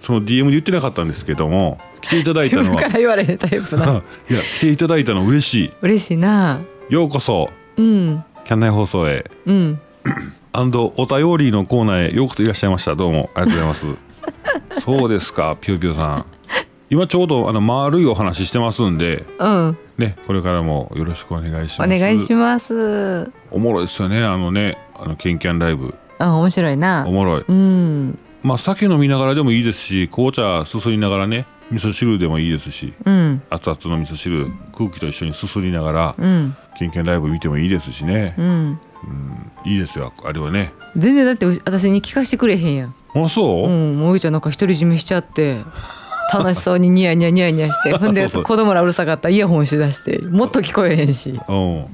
A: その DM で言ってなかったんですけども来ていただい
B: 自
A: たのは
B: 分から言われるタイプ な
A: いや来ていただいたの嬉し
B: 嬉しいない
A: ようこそ
B: うん
A: キャンナイ放送へ
B: うん
A: アンドお便りのコーナーへようこそいらっしゃいましたどうもありがとうございます そうですかぴよぴよさん今ちょうどあの丸いお話してますんで
B: うん
A: ねこれからもよろしくお願いし
B: お
A: ます
B: 願いします
A: おもろいですよねあのねあのケンキャンライブ
B: あ面白いな
A: おもろい
B: うん
A: まあ酒飲みながらでもいいですし紅茶すすりながらね味噌汁でもいいですし
B: うん
A: 熱々の味噌汁空気と一緒にすすりながら
B: うん
A: ケンキャンライブ見てもいいですしね
B: う、ん
A: いいですよあれはね
B: 全然だってう私に聞かせてくれへんやん
A: あそう、
B: うんもういちゃんなんか独り占めしちゃって楽しそうにニヤニヤニヤニ ヤしてほんで
A: そうそう
B: 子供らうるさかったらイヤホンしだしてもっと聞こえへんし
A: うんい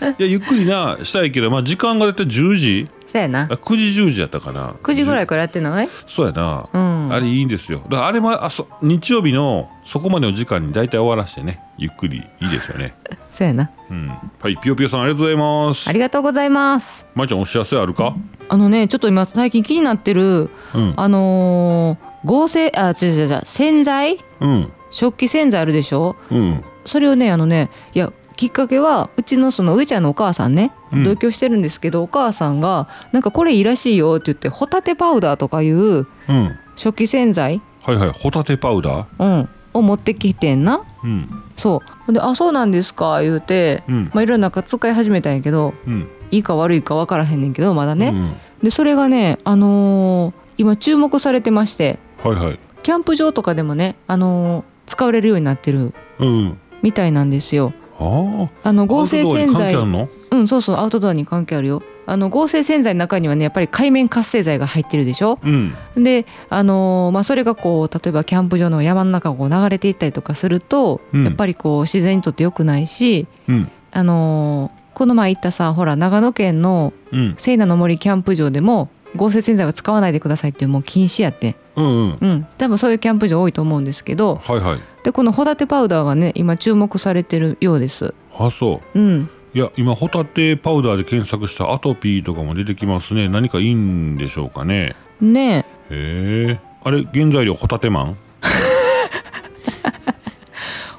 A: やゆっくりなしたいけど、まあ、時間が大体10時
B: そやな
A: あ9時10時やったかな
B: 9時ぐら
A: い
B: いからやってない
A: そうやな、
B: うん
A: あれいいんですよだからあれもあそ日曜日のそこまでの時間に大体終わらしてねゆっくりいいですよね
B: そやな
A: うんはいぴよぴよさんありがとうございます
B: ありがとうございます
A: まいちゃんお知らせあるか
B: あのねちょっと今最近気になってる
A: うん
B: あのー合成あ違う違う違う洗剤
A: うん
B: 食器洗剤あるでしょ
A: うん
B: それをねあのねいやきっかけはうちのその上ちゃんのお母さんね
A: うん
B: 同居してるんですけど、お母さんが「なんかこれいいらしいよ」って言ってホタテパウダーとかいう
A: うん
B: 食器洗剤、
A: はいはいホタテパウダー
B: うん、を持ってきてんな
A: うん
B: そうほんで「あそうなんですか」言うて、
A: うん
B: まあ、いろんなか使い始めたんやけど
A: うん
B: いいか悪いか分からへんねんけどまだね、
A: うん
B: でそれがねあのー今注目されてまして
A: はいはい
B: キャンプ場とかでもねあのー使われるようになってる
A: うん
B: みたいなんですよ
A: ああ
B: あの合成洗剤
A: あるの
B: うんそうそうアウトドアに関係あるよあの合成洗剤の中にはねやっぱり海面活性剤が入ってるでしょ
A: うん
B: で、あのーまあ、それがこう例えばキャンプ場の山の中をこう流れていったりとかすると、
A: うん
B: やっぱりこう自然にとって良くないし、
A: うん
B: あのーこの前行ったさほら長野県の
A: うん
B: 聖奈の森キャンプ場でも合成洗剤は使わないでくださいっていうもう禁止やって、
A: うんうん
B: うん、多分そういうキャンプ場多いと思うんですけど
A: はいはい
B: でこのホタテパウダーがね今注目されてるようです。
A: あそう
B: うん、
A: いや今ホタテパウダーで検索したアトピーとかも出てきますね何かいいんでしょうかね
B: ねえ
A: へえあれ原材料ホタテマン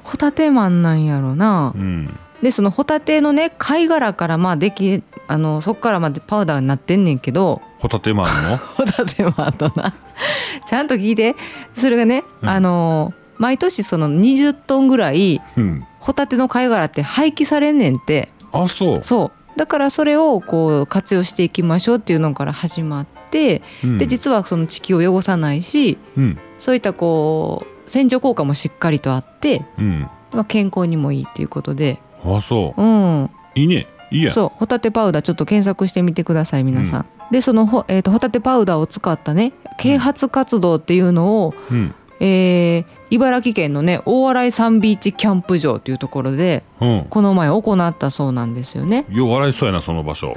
B: ホタテマンなんやろな
A: う。ん
B: でそのホタテのね貝殻からまあできあのそっからまでパウダーになってんねんけど
A: ホタテマン の
B: ホタテマンとな ちゃんと聞いてそれがね、
A: うん
B: あの毎年その20トンぐらい
A: うん
B: ホタテの貝殻って廃棄されんねんって
A: あそう、
B: そうだからそれをこう活用していきましょうっていうのから始まって、
A: うん、
B: で実はその地球を汚さないし
A: うん
B: そういったこう洗浄効果もしっかりとあって、
A: うん
B: まあ、健康にもいいっていうことで
A: あそう
B: うん
A: いいねいいや
B: そうホタテパウダーちょっと検索してみてください皆さん、でそのほ、えー、とホタテパウダーを使ったね啓発活動っていうのを、
A: うん
B: えー茨城県のね大洗サンビーチキャンプ場というところで
A: うん
B: この前行ったそうなんですよね
A: よう笑いそうやなその場所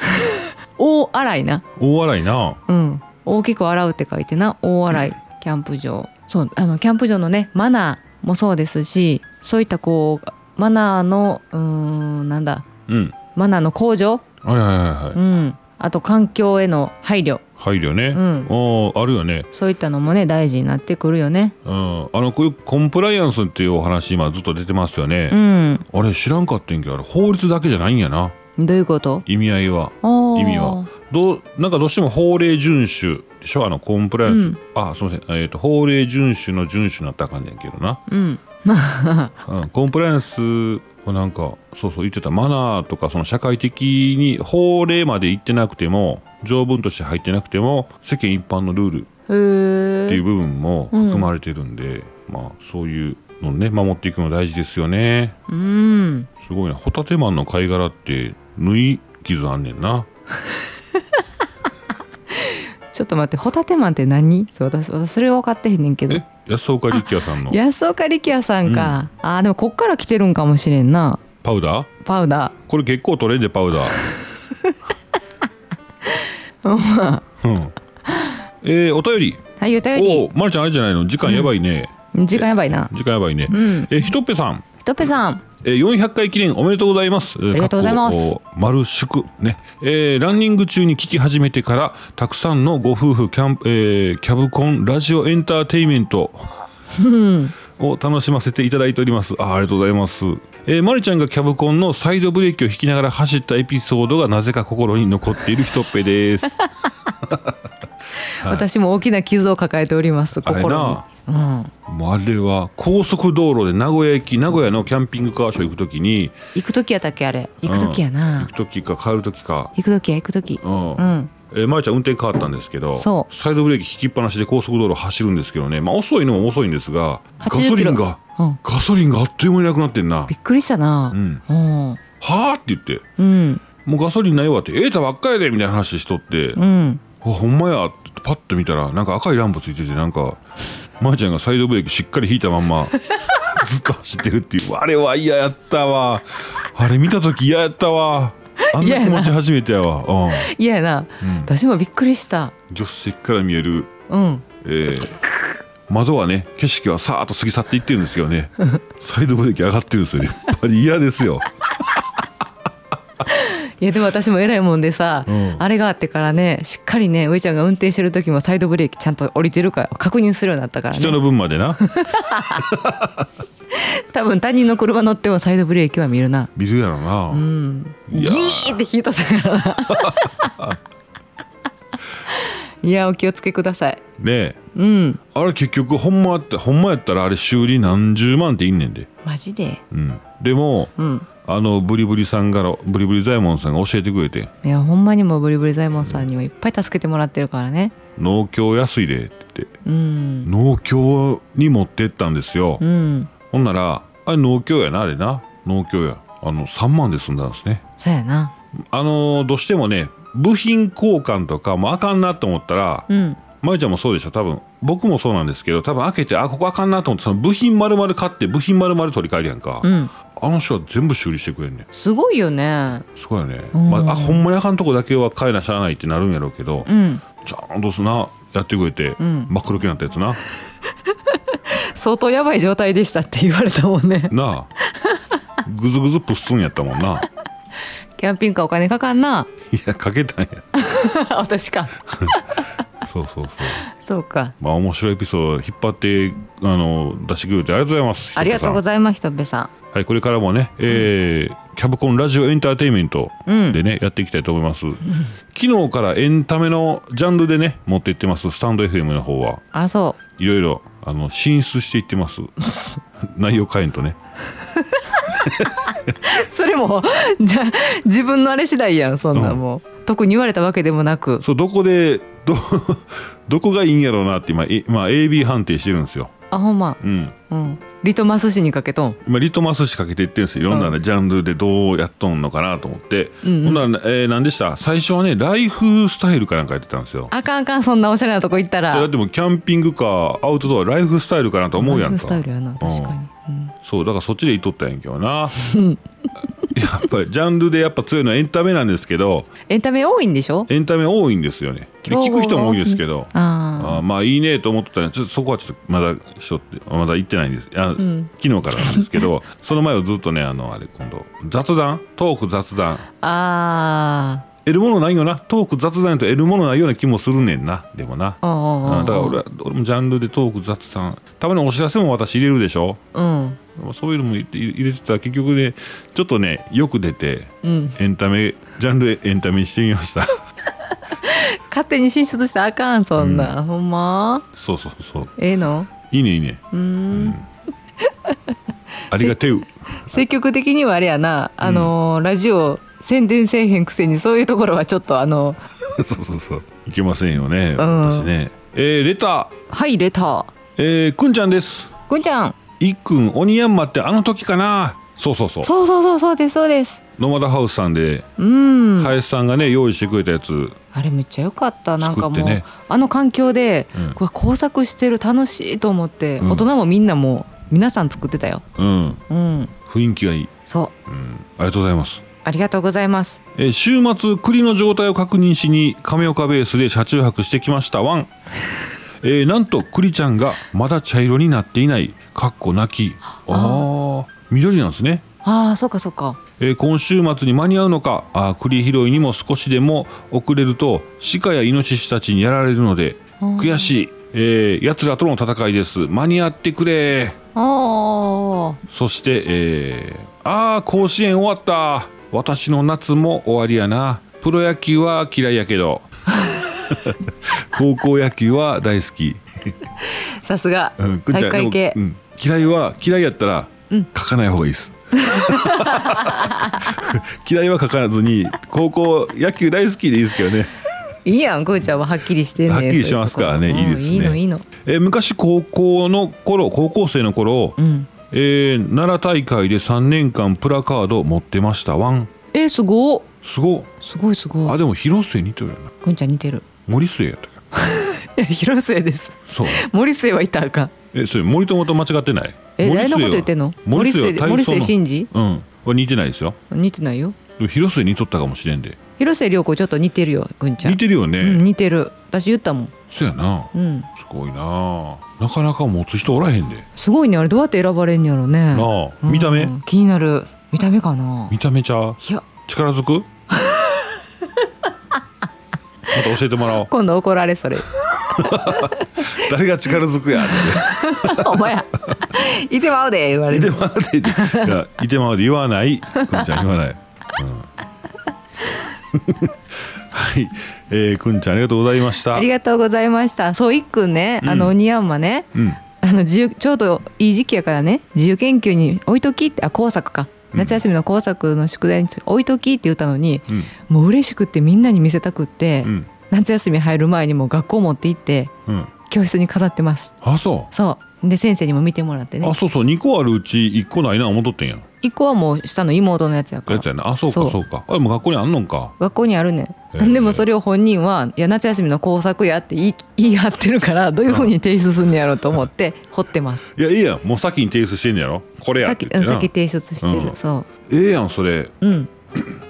B: 大洗な
A: 大笑いな
B: うん大きく洗うって書いてな大洗キャンプ場そうあのキャンプ場のねマナーもそうですしそういったこうマナーのうーんなんだ
A: うん
B: マナーの向上、
A: はいはいはいは
B: う
A: い
B: ん、あと環境への配慮
A: 配慮ね、
B: うん
A: おーあるよね、
B: そういったのもね大事になってくるよね。
A: うん、あのこういうコンプライアンスっていうお話今ずっと出てますよね
B: う、ん。
A: あれ知らんかったんけどあれ法律だけじゃないんやな
B: どういうこと？
A: 意味合いは
B: 意
A: 意味は。どうなんかどうしても法令遵守でしょあのコンプライアンス、
B: うん
A: あすみません、えー、と法令遵守の遵守になったらあかんねんけどな、
B: うん。
A: うん、コンプライアンスをなんかそうそう言ってたマナーとかその社会的に法令まで言ってなくても条文として入ってなくても世間一般のルールっ
B: へ
A: ていう
B: え。
A: 部分も
B: うん
A: 含まれてるんで、まあそういうのね守っていくの大事ですよね
B: うん。
A: すごいなホタテマンの貝殻って縫い傷あんねんな
B: ちょっと待ってホタテマンって何？そう私私それ分かってへんねんけど
A: え。安岡力也さんの
B: 安岡力也さんか。あーでもこっから来てるんかもしれんな。
A: パウダー
B: パウダ
A: これ結構取れんでパウ ダーうんえー、お便り
B: ー。はいお便
A: お
B: り。
A: おまるちゃんあれじゃないの時間やばいね、
B: 時間やばいな。
A: 時間やばいね、
B: うん。
A: えーひとっぺさん
B: ひとっぺさん。
A: えー400回記念おめでとうございます。あり
B: りがとうございます
A: 丸祝ね、えーランニング中に聞き始めてからたくさんのご夫婦キャンプ、えーキャブコンラジオエンターテイメントを楽しませていただいております。あーありがとうございます。えー、まるちゃんがキャブコンのサイドブレーキを引きながら走ったエピソードがなぜか心に残っているひとっぺです。
B: 私も大きな傷を抱えております
A: あれ
B: 心に
A: な。
B: うん。
A: もうあれは高速道路で名古屋駅名古屋のキャンピングカーショー行くときに
B: 行く時やったっけあれ。行く時や
A: 行
B: な
A: く。時か帰る時か、
B: 行く時や行く時。
A: うん
B: うん。
A: えー、まるちゃん運転変わったんですけど
B: そ
A: サイドブレーキ引きっぱなしで高速道路走るんですけどね、まあ、遅いのも遅いんですがガソ
B: 80
A: リ
B: キロ
A: ンが
B: うん。
A: ガソリンがあっという間になくなってんな
B: びっくりしたな。
A: うん
B: うん。
A: 「はあ?」って言って
B: うん。
A: 「もうガソリンないわ」って「ええたばっかやで」みたいな話しとって「
B: うん。
A: あほんまや」ってパッと見たらなんか赤いランプついててなんかまるちゃんがサイドブレーキしっかり引いたまんま ずっと走ってるっていうあれは嫌やったわあれ見た時嫌やったわあんな気持ち初めてやわうん
B: いやな、
A: うん
B: 私もびっくりした。
A: 助手席から見える
B: うん。
A: えー窓はね景色はさーっと過ぎ去っていってるんですけど ねサイドブレーキ上がってるんですよねやっぱり嫌ですよ、
B: いやでも私も偉いもんでさ、
A: うん
B: あれがあってからね、しっかりね、上ちゃんが運転してる時もサイドブレーキちゃんと降りてるか確認するようになったから
A: 人
B: ね。
A: の分までな
B: 多分他人の車乗ってもサイドブレーキは見るな。
A: 見るやろな、
B: うん。
A: い
B: ギ
A: やー
B: ーって引いたからな。いやお気をつけください。
A: ねえ
B: うん。
A: あれ結局ほんまあってほんまやったらあれ修理何十万っていんねんで、
B: マジで。
A: うん、でも
B: うん。
A: あのブリブリさんからブリブリザイモンさんが教えてくれて
B: いやほんまにもうブリブリザイモンさんにはいっぱい助けてもらってるからね。
A: 「農協安いで」って言って
B: うん。
A: 農協に持ってったんですよ、
B: うん。
A: ほんならあれ農協やなあれな農協やあの3万で済んだんですね
B: そうやな。
A: あのーどうしてもね部品交換とかもうあかんなと思ったら、
B: うん。
A: まゆちゃんもそうでしょ多分僕もそうなんですけど多分開けてあここあかんなと思ってその部品丸々買って部品丸々取り替えるやんか、
B: うん。
A: あの人は全部修理してくれんねん
B: すごいよね。
A: すごいよね、
B: うん
A: まあ、あほんまにあかんとこだけは買えなしゃあないってなるんやろうけど、
B: うん。
A: ちゃんとすなやってくれて、
B: ん
A: 真っ黒になったやつな
B: 相当やばい状態でしたって言われたもんね
A: なあぐずぐずプッスンやったもんな
B: キャンピングカーお金かかんな
A: いやかけたんや
B: 私か
A: そうそうそう
B: そうか
A: まあ面白いエピソード引っ張ってあの出してくれてありがとうございます
B: ありがとうございますひとっぺさ
A: はい、これからもね、えーキャブコンラジオエンターテインメント
B: うん
A: でね、やっていきたいと思います、昨日からエンタメのジャンルでね持っていってますスタンド FM の方は
B: んあそ
A: いろいろあの進出していってます 内容変えんとね
B: うそれもじゃあ自分のあれ次第やんそんな
A: うん
B: もう、特に言われたわけでもなく
A: そうどこでど どこがいいんやろうなって今、えまあ、AB 判定してるんですよ、
B: あほんま
A: うん、
B: うんリトマス紙にかけとん
A: 今リトマスしかけていってるんですよいろんな、ねジャンルでどうやっとんのかなと思って、
B: うんうん
A: ほんならね、えー何でした最初はねライフスタイルかなんかやってたんですよ
B: あかんあかんそんなおしゃれなとこ行った
A: じゃあだっ
B: ら
A: てもうキャンピングカーアウトドアライフスタイルかなと思うや
B: ライ
A: ん
B: フスタ
A: か
B: イルやな確かに、うん
A: そうだからそっちで言っとったんやんけど なやっぱりジャンルでやっぱ強いのはエンタメなんですけど
B: エンタメ多いんでしょ
A: エンタメ多いんですよねで
B: 競合
A: 聞
B: が
A: く人も多いですけどあ
B: あ
A: ーまあいいねと思ってたんでちょっとそこはちょっとまだしょってまだ行ってないんですあ、
B: ん
A: 昨日からなんですけ どその前をずっとねあのあれ今度雑談トーク雑談
B: ああ
A: 得るものないよなトーク雑談やと得るものないような気もするねんなでもな
B: ああ
A: あ
B: あ
A: だから俺は俺もジャンルでトーク雑談たまにお知らせも私入れるでしょ
B: うん
A: そういうのも入れ入れてたら結局ねちょっとねよく出て
B: うん
A: エンタメジャンルエンタメにしてみました
B: 勝手に進出したらあかんそんな、ほんま
A: そうそうそう
B: ええの
A: いいねいいね
B: うーん
A: ありが てう
B: 積極的にはあれやなあのー、ラジオ宣伝せえへんくせにそういうところはちょっとあの
A: そうそうそういけませんよね
B: うん
A: 私ねえー、レタ
B: はいレター
A: ー、えー、くんちゃんです
B: くんちゃん
A: いっくん鬼ヤンマってあの時かなそうそうそう
B: そうそうそうそうですそうです
A: ノマダハウスさんで
B: うん、
A: 林さんがね用意してくれたやつ、
B: あれめっちゃ良かったなんか
A: 作
B: も
A: って
B: う、
A: ね
B: あの環境で、
A: うん
B: これ工作してる楽しいと思って、
A: うん
B: 大人もみんなも皆さん作ってたよ
A: うん、
B: うん
A: 雰囲気がいい、
B: そう
A: うん、ありがとうございます
B: ありがとうございます
A: えー週末栗の状態を確認しに亀岡ベースで車中泊してきましたワン、えーなんと栗ちゃんがまだ茶色になっていないかっこなきああ緑なんですね、
B: ああそうかそうか
A: えー今週末に間に合うのかあー栗拾いにも少しでも遅れると鹿やイノシシたちにやられるので
B: うん
A: 悔しい、えー、奴らとの戦いです間に合ってくれ
B: あ
A: そして、えー、ああ甲子園終わった私の夏も終わりやなプロ野球は嫌いやけど 高校野球は大好き、
B: あさすが
A: うんくんちゃ
B: 大
A: ん
B: 会系
A: でもうん嫌いは嫌いやったら、
B: うん
A: 書かない方がいいです 嫌いは書かずに高校野球大好きでいいですけどね
B: いいやんくんちゃんははっきりしてんね
A: はっきりしてますからね
B: そううとこ
A: いいですね
B: うんいいのいいの
A: えー昔高校の頃高校生の頃、
B: うん
A: えー奈良大会で3年間プラカード持ってましたワン
B: えーすごっ
A: すごっ
B: すごいすご
A: あ
B: い
A: でも広末似てるよな
B: くんちゃん似てる
A: 森末やったっけ
B: いや広末です
A: そう
B: 森末はいたらあかん
A: えそれ森友と間違ってない
B: え
A: 森
B: 誰
A: 末
B: のこ
A: は
B: と言ってんの
A: 森
B: 森
A: 末
B: 末
A: は
B: 森
A: 体
B: 末
A: 操
B: 真二
A: のうんこれ似てないですよ
B: 似てないよ
A: でも広末似とったかもしれんで
B: 広末涼子ちょっと似てるよくんちゃん
A: 似てるよね、
B: うん、似てる私言ったもん、
A: そうやな
B: うん、
A: すごいななかなか持つ人おらへんで、
B: すごいねあれどうやって選ばれんやろね
A: なあ
B: うん
A: 見た目、
B: 気になる見た目かな
A: 見た目ちゃう
B: いや
A: 力づ くまた教えてもらおう
B: 今度怒られそれ
A: 誰が力づくやっ
B: お前 やいてまうで言わ
A: て
B: れ
A: いて
B: る
A: まうでいやいてまうで言わないくんちゃん言わない、うん はい、えー、くんちゃんありがとうございました
B: ありがとうございましたそういっくんね、
A: うん
B: あの鬼ヤンマね
A: うん
B: あの自由ちょうどいい時期やからね自由研究に置いときってあ工作か
A: うん
B: 夏休みの工作の宿題に置いときって言ったのに、
A: うん
B: もう嬉しくってみんなに見せたくって、
A: うん
B: 夏休み入る前にもう学校持って行って
A: うん
B: 教室に飾ってます
A: あそ
B: そうで先生にも見てもらって
A: う
B: ね
A: あそうそう2個あるうち1個ないな思っとってんや
B: 一個はもう下の妹のやつやか
A: や
B: ら
A: つやなあそうか
B: そ
A: そううかあでも学校にあんのんか
B: 学校にあるね
A: へえ
B: んでもそれを本人はいや夏休みの工作やって言い言い張ってるからどういうふうに提出すんのやろうと思って掘ってます
A: いやいいやんもう先に提出してんねやろこれやって
B: 先
A: 言ってな
B: 先提出してる、
A: うん
B: そ
A: ええやんそれ
B: ううん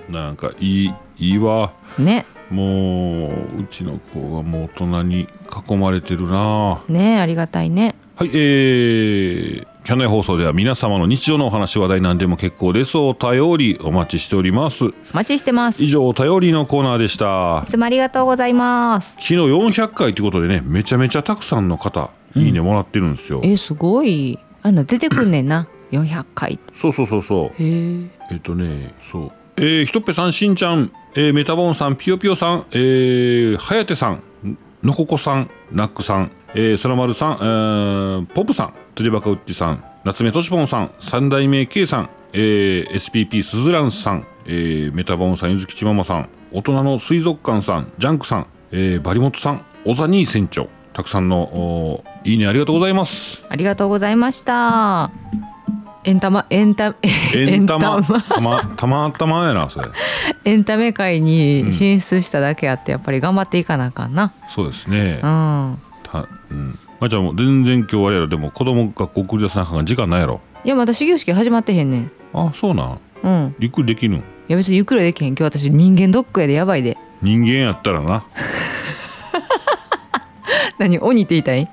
A: なんかいいいいわ
B: ね
A: もううちの子がもう大人に囲まれてるな
B: ねえありがたいね
A: はい、えー、キャンナイ放送では皆様の日常のお話話題なんでも結構ですお便りお待ちしております
B: お待ちしてます
A: 以
B: い
A: 上お便りのコーナーでした
B: つもありがとうございます
A: 昨日400回ということでねめちゃめちゃたくさんの方いいねもらってるんですよ、
B: えすごいあんな出てくんねんな400回
A: そうそうそうそう
B: へえ
A: えっとね、そう。えー、ひとっぺさん、しんちゃん、えー、メタボーンさん、ぴよぴよさん、えー、はやてさん、のここさん、ナックさん、えー、そらまるさん、えー、ポップさん、とりばかうっちさん、夏目としぽんさん、三代目 K さん、えー、SPP すずらんさん、えー、メタボーンさん、ゆずきちままさん、大人の水族館さん、ジャンクさん、えー、バリモトさん、小ザニー船長、たくさんの、おーいいねありがとうござい ます。
B: ありがとうございましたエンタマエンタ
A: えんたま、
B: エンタマ
A: たま、たまたまやな、それ。
B: エンタメ界に進出しただけあってやっぱり頑張っていかなあかんな
A: そうですね。
B: うん
A: たうんまー、ちゃんもう全然今日あれやろでも子供学校送り出さなあかんから時間ないやろ
B: いやまだ始業式始まってへんねん
A: あそうなん
B: うん
A: ゆっくりできるん
B: いや別にゆっくりはできへん今日私人間ドックやでやばいで
A: 人間やったらな
B: 何鬼って言いたい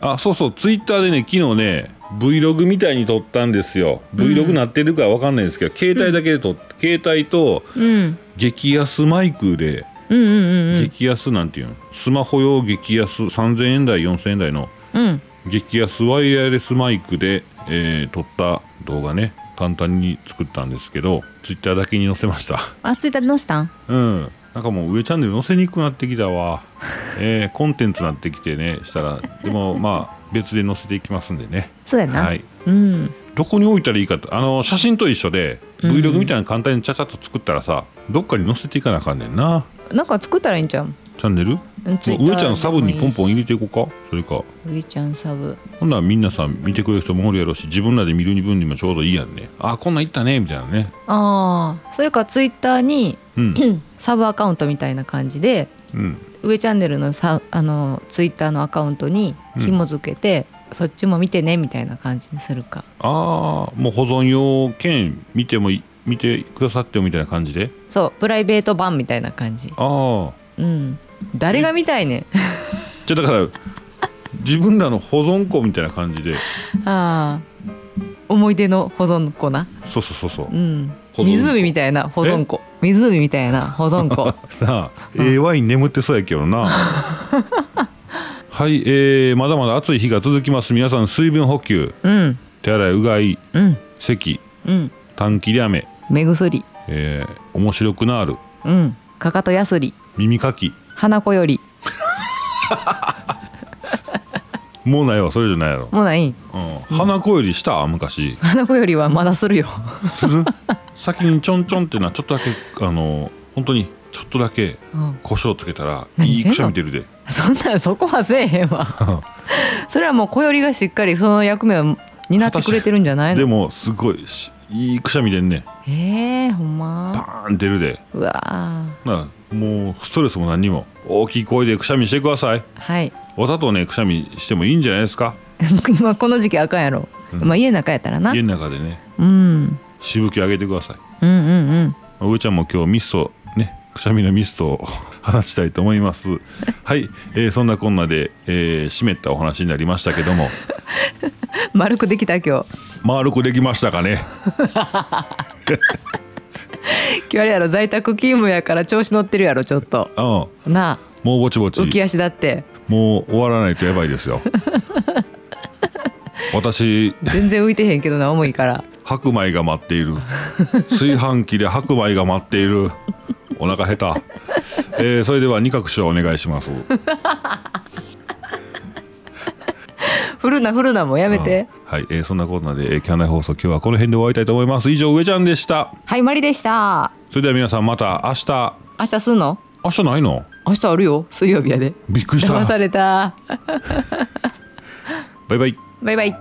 A: あそうそうツイッターでね昨日ね Vlog みたいに撮ったんですよ Vlog なってるかわかんないですけど、携帯だけで撮って、携帯と
B: うん
A: 激安マイクで、
B: うんうんうん
A: 激安なんていうのスマホ用激安3000円台4000円台の
B: うん
A: 激安ワイヤレスマイクで、えー撮った動画ね簡単に作ったんですけどツイッターだけに載せました
B: あツイッターで載せたん
A: うん。なんかもう上チャンネル載せにくくなってきたわ。えー、コンテンツなってきてね、したら、でもまあ、別で載せていきますんでね。
B: そうやな、
A: はい。
B: うん
A: どこに置いたらいいかと、あの、写真と一緒で、
B: うん
A: Vlog みたいなの簡単にちゃちゃっと作ったらさ、どっかに載せていかなあかんねんな。
B: なんか作ったらいいんちゃう
A: チャンネルも
B: うん
A: う上ちゃんサブにポンポン
B: い
A: 入れていこうか。それか。
B: 上ちゃんサブ
A: ほんならみんなさ、見てくれる人もおるやろうし、自分らで見る分にもちょうどいいやんね。あ、こんなんいったね、みたいなね。
B: ああそれかツイッターに
A: うん。
B: サブアカウントみたいな感じで
A: うん。
B: 上チャンネルのさあのツイッターのアカウントに紐付けて、そっちも見てねみたいな感じにするか
A: ああ、もう保存用兼見てもい、見てくださってよみたいな感じで。
B: そうプライベート版みたいな感じ
A: ああ
B: うん誰が見たいねん
A: じゃあだから自分らの保存庫みたいな感じで
B: ああ思い出の保存庫な
A: そうそうそうそう
B: うん
A: 保存庫
B: 湖みたいな保存庫湖みたいな保存 庫
A: なあええワイン眠ってそうやけどなはいえー、まだまだ暑い日が続きます皆さん水分補給
B: うん
A: 手洗いうがい
B: うん
A: 咳
B: うん
A: 短期で雨、
B: 目薬
A: えー、面白くなる
B: うんかかとやすり
A: 耳かき
B: 花子より
A: もうないわそれじゃないやろ、
B: もうない
A: うん、鼻子よりした昔
B: 花子よりはまだするよ
A: する先にちょんちょんっていうのはちょっとだけあの本当にちょっとだけ
B: うん
A: 胡椒つけたら
B: 何
A: い
B: し
A: い
B: てん
A: く
B: の
A: しゃみ出るで
B: そんなそこはせえへん わそれはもう小よりがしっかりその役目を担ってくれてるんじゃない
A: で
B: の
A: もすごいしいいくしゃみ出んね
B: えー、ほんま
A: バーン出るで
B: うわ
A: なあもうストレスも何にも大きい声でくしゃみしてください
B: ーはい
A: お砂糖ねくしゃみしてもいいんじゃないですか
B: まあこの時期あかんやろ、
A: うん
B: まあ家の中やったらな、う
A: 家
B: ん、
A: の中でね
B: うん
A: しぶき上げてください
B: うんうん
A: 上ちゃんも今日ミストねくしゃみのミストを 放ちたいと思い ますはい、えーそんなこんなで、えー、湿ったお話になりましたけども
B: 丸くできた今日
A: 丸くできましたかね
B: 今日あれやろ在宅勤務やから調子乗ってるやろちょっと
A: うんも
B: なあ
A: うぼちぼち
B: 浮き足だって
A: もう終わらないとやばい ですよ私
B: 全然浮いてへんけどな重いから
A: 白米が待っている炊飯器で白米が待っているお腹減った、えーそれでは二角師匠お願いし ます
B: 振るな振るなもうやめて
A: うんはい、えーそんなこんなで、えーキャンナイ放送今日はこの辺で終わりたいと思います以上上ちゃんでした
B: はいマリでした
A: それでは皆さんまた明日
B: 明日すんの
A: 明日ないの
B: 明日あるよ水曜日やで
A: びっくりした
B: 騙された
A: バイバイ
B: バイバイ